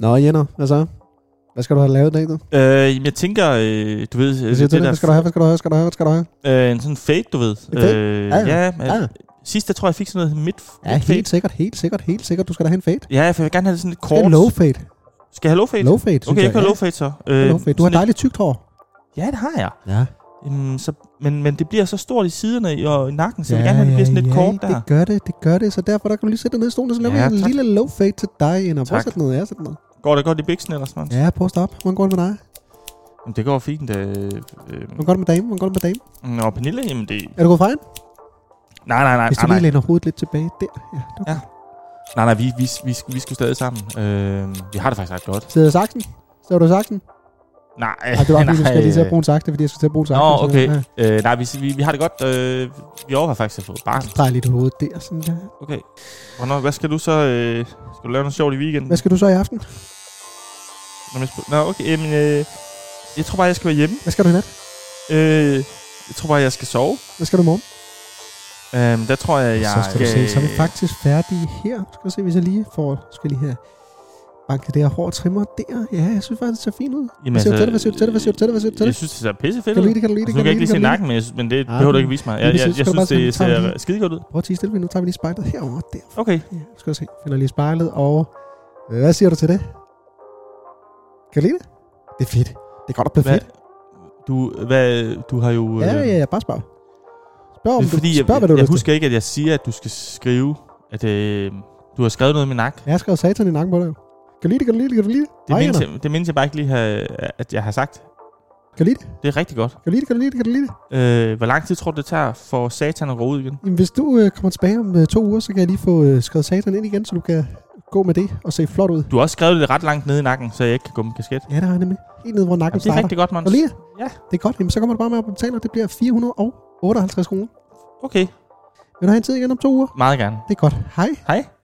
Nå, Jenner, hvad så? Hvad skal du have lavet, David? Øh, jamen, jeg tænker, øh, du ved... øh, Hvad siger du? der- Hvad skal du have? Hvad skal du have? Hvad skal du have? Hvad skal du have? Øh, en sådan fade, du ved. En fade? Øh, Ja, ja, ja. ja. men Ja, Sidst, jeg tror, jeg fik sådan noget midt, ja midt fade. helt sikkert, helt sikkert, helt sikkert. Du skal da have en fade. Ja, for jeg vil gerne have sådan lidt Kort. kort. En low fade. Skal jeg have low fade? Low fade, synes Okay, jeg kan have ja. low fade så. Ja, Øh, low fade. Du har sådan dejligt tykt hår. lidt- Ja, det har jeg. Ja. Jamen, så, men, men det bliver så stort i siderne og i nakken, så jeg vil gerne have, det bliver sådan lidt kort der. Det gør det, det gør det. Så derfor der kan du lige sætte dig ned i stolen, og så laver Ja, jeg en tak. lille low fade til dig, Jenner. Prøv at Tak. sætte den ned, ja, sæt den ned. Går det godt i biksen ellers, man? Ja. Ja, prøv at stoppe. Hvordan går det med dig? Jamen, det går fint. Øh, øh. Hvordan går det med damen? Hvordan går det med damen? Nå, Pernille, jamen det... Er du gået fejl? Nej, nej, nej, Hvis du nej, nej. lige læner hovedet lidt tilbage der. Ja, du Ja. Nej, nej, vi, vi, vi, vi skulle stadig sammen. Øh, vi har det faktisk ret godt. Sidder saksen? Sidder du i saksen? Nej, Ej, det var fordi, du skal lige til at øh, bruge en sakse, fordi jeg skal til at bruge en sakse. Nå, okay. Øh, nej, vi, vi, vi har det godt. Øh, vi overvejer faktisk at få et barn. Drej lidt hovedet der, sådan der. Okay. Hvornår, hvad skal du så... Øh, skal du lave noget sjovt i weekenden? Mm. Hvad skal du så i aften? Nå, men, sp- nå okay. Jamen, øh, jeg tror bare, jeg skal være hjemme. Hvad skal du i nat? Øh, jeg tror bare, jeg skal sove. Hvad skal du i morgen? Øh, der tror jeg, jeg... så skal du se, så er vi faktisk færdige her. Skal vi se, hvis jeg lige får... Skal lige her banke det her hår og trimmer der. Ja, jeg synes faktisk, det ser fint ud. Jamen, altså, Hvad siger du til det? Hvad siger du til det? Hvad siger du til det? Hvad siger du til Jeg det? synes, det ser pisse fedt Kan du ud. lide det? Kan du lide Altså, det? nu kan jeg ikke lige se lide det? nakken, men, jeg, synes- men det Ah, behøver du men- ikke vise mig. men Jeg, det jeg, jeg, synes- skal du synes, bare det sådan, tager vi ser lige- skide godt ud. Prøv at tige stille, nu tager vi lige spejlet herovre. Der. Okay. Ja, nu skal jeg se. Finder lige spejlet og... Øh, Hvad siger du til det? Kan du lide det? Det er fedt. Det er godt at blive Hvad, fedt. du, hvad, du har jo... Ja, øh, ja, ja. Bare spørg. Spørg, om Det er fordi, du, jeg, spørg hvad du har jeg lyst til. husker ikke, at jeg siger, at du skal skrive, at øh, du har skrevet noget med nak. Jeg har skrevet satan i nakken på dig. jo. Kan du lide det? Kan du lide det? Kan du lide det? Det, Hej, mindes Anna. jeg, det mindes jeg bare ikke lige, have, at jeg har sagt. Kan du lide det? Det er rigtig godt. Kan du lide det? Kan du lide det? Kan du lide det? Øh, hvor lang tid tror du, det tager for satan at gå ud igen? Jamen, hvis du øh, kommer tilbage om øh, to uger, så kan jeg lige få øh, skrevet satan ind igen, så du kan gå med det og se flot ud. Du har også skrevet det ret langt nede i nakken, så jeg ikke kan gå med kasket. Ja, der er nemlig helt nede, hvor nakken Jamen, det er starter. rigtig godt, Måns. Og lige Ja. Det er godt. Jamen, så kommer du bare med op og betaler. Det bliver 458 kroner. Okay, Vil du have en tid igen om to uger? meget gerne. Det er godt. Hej. Hej.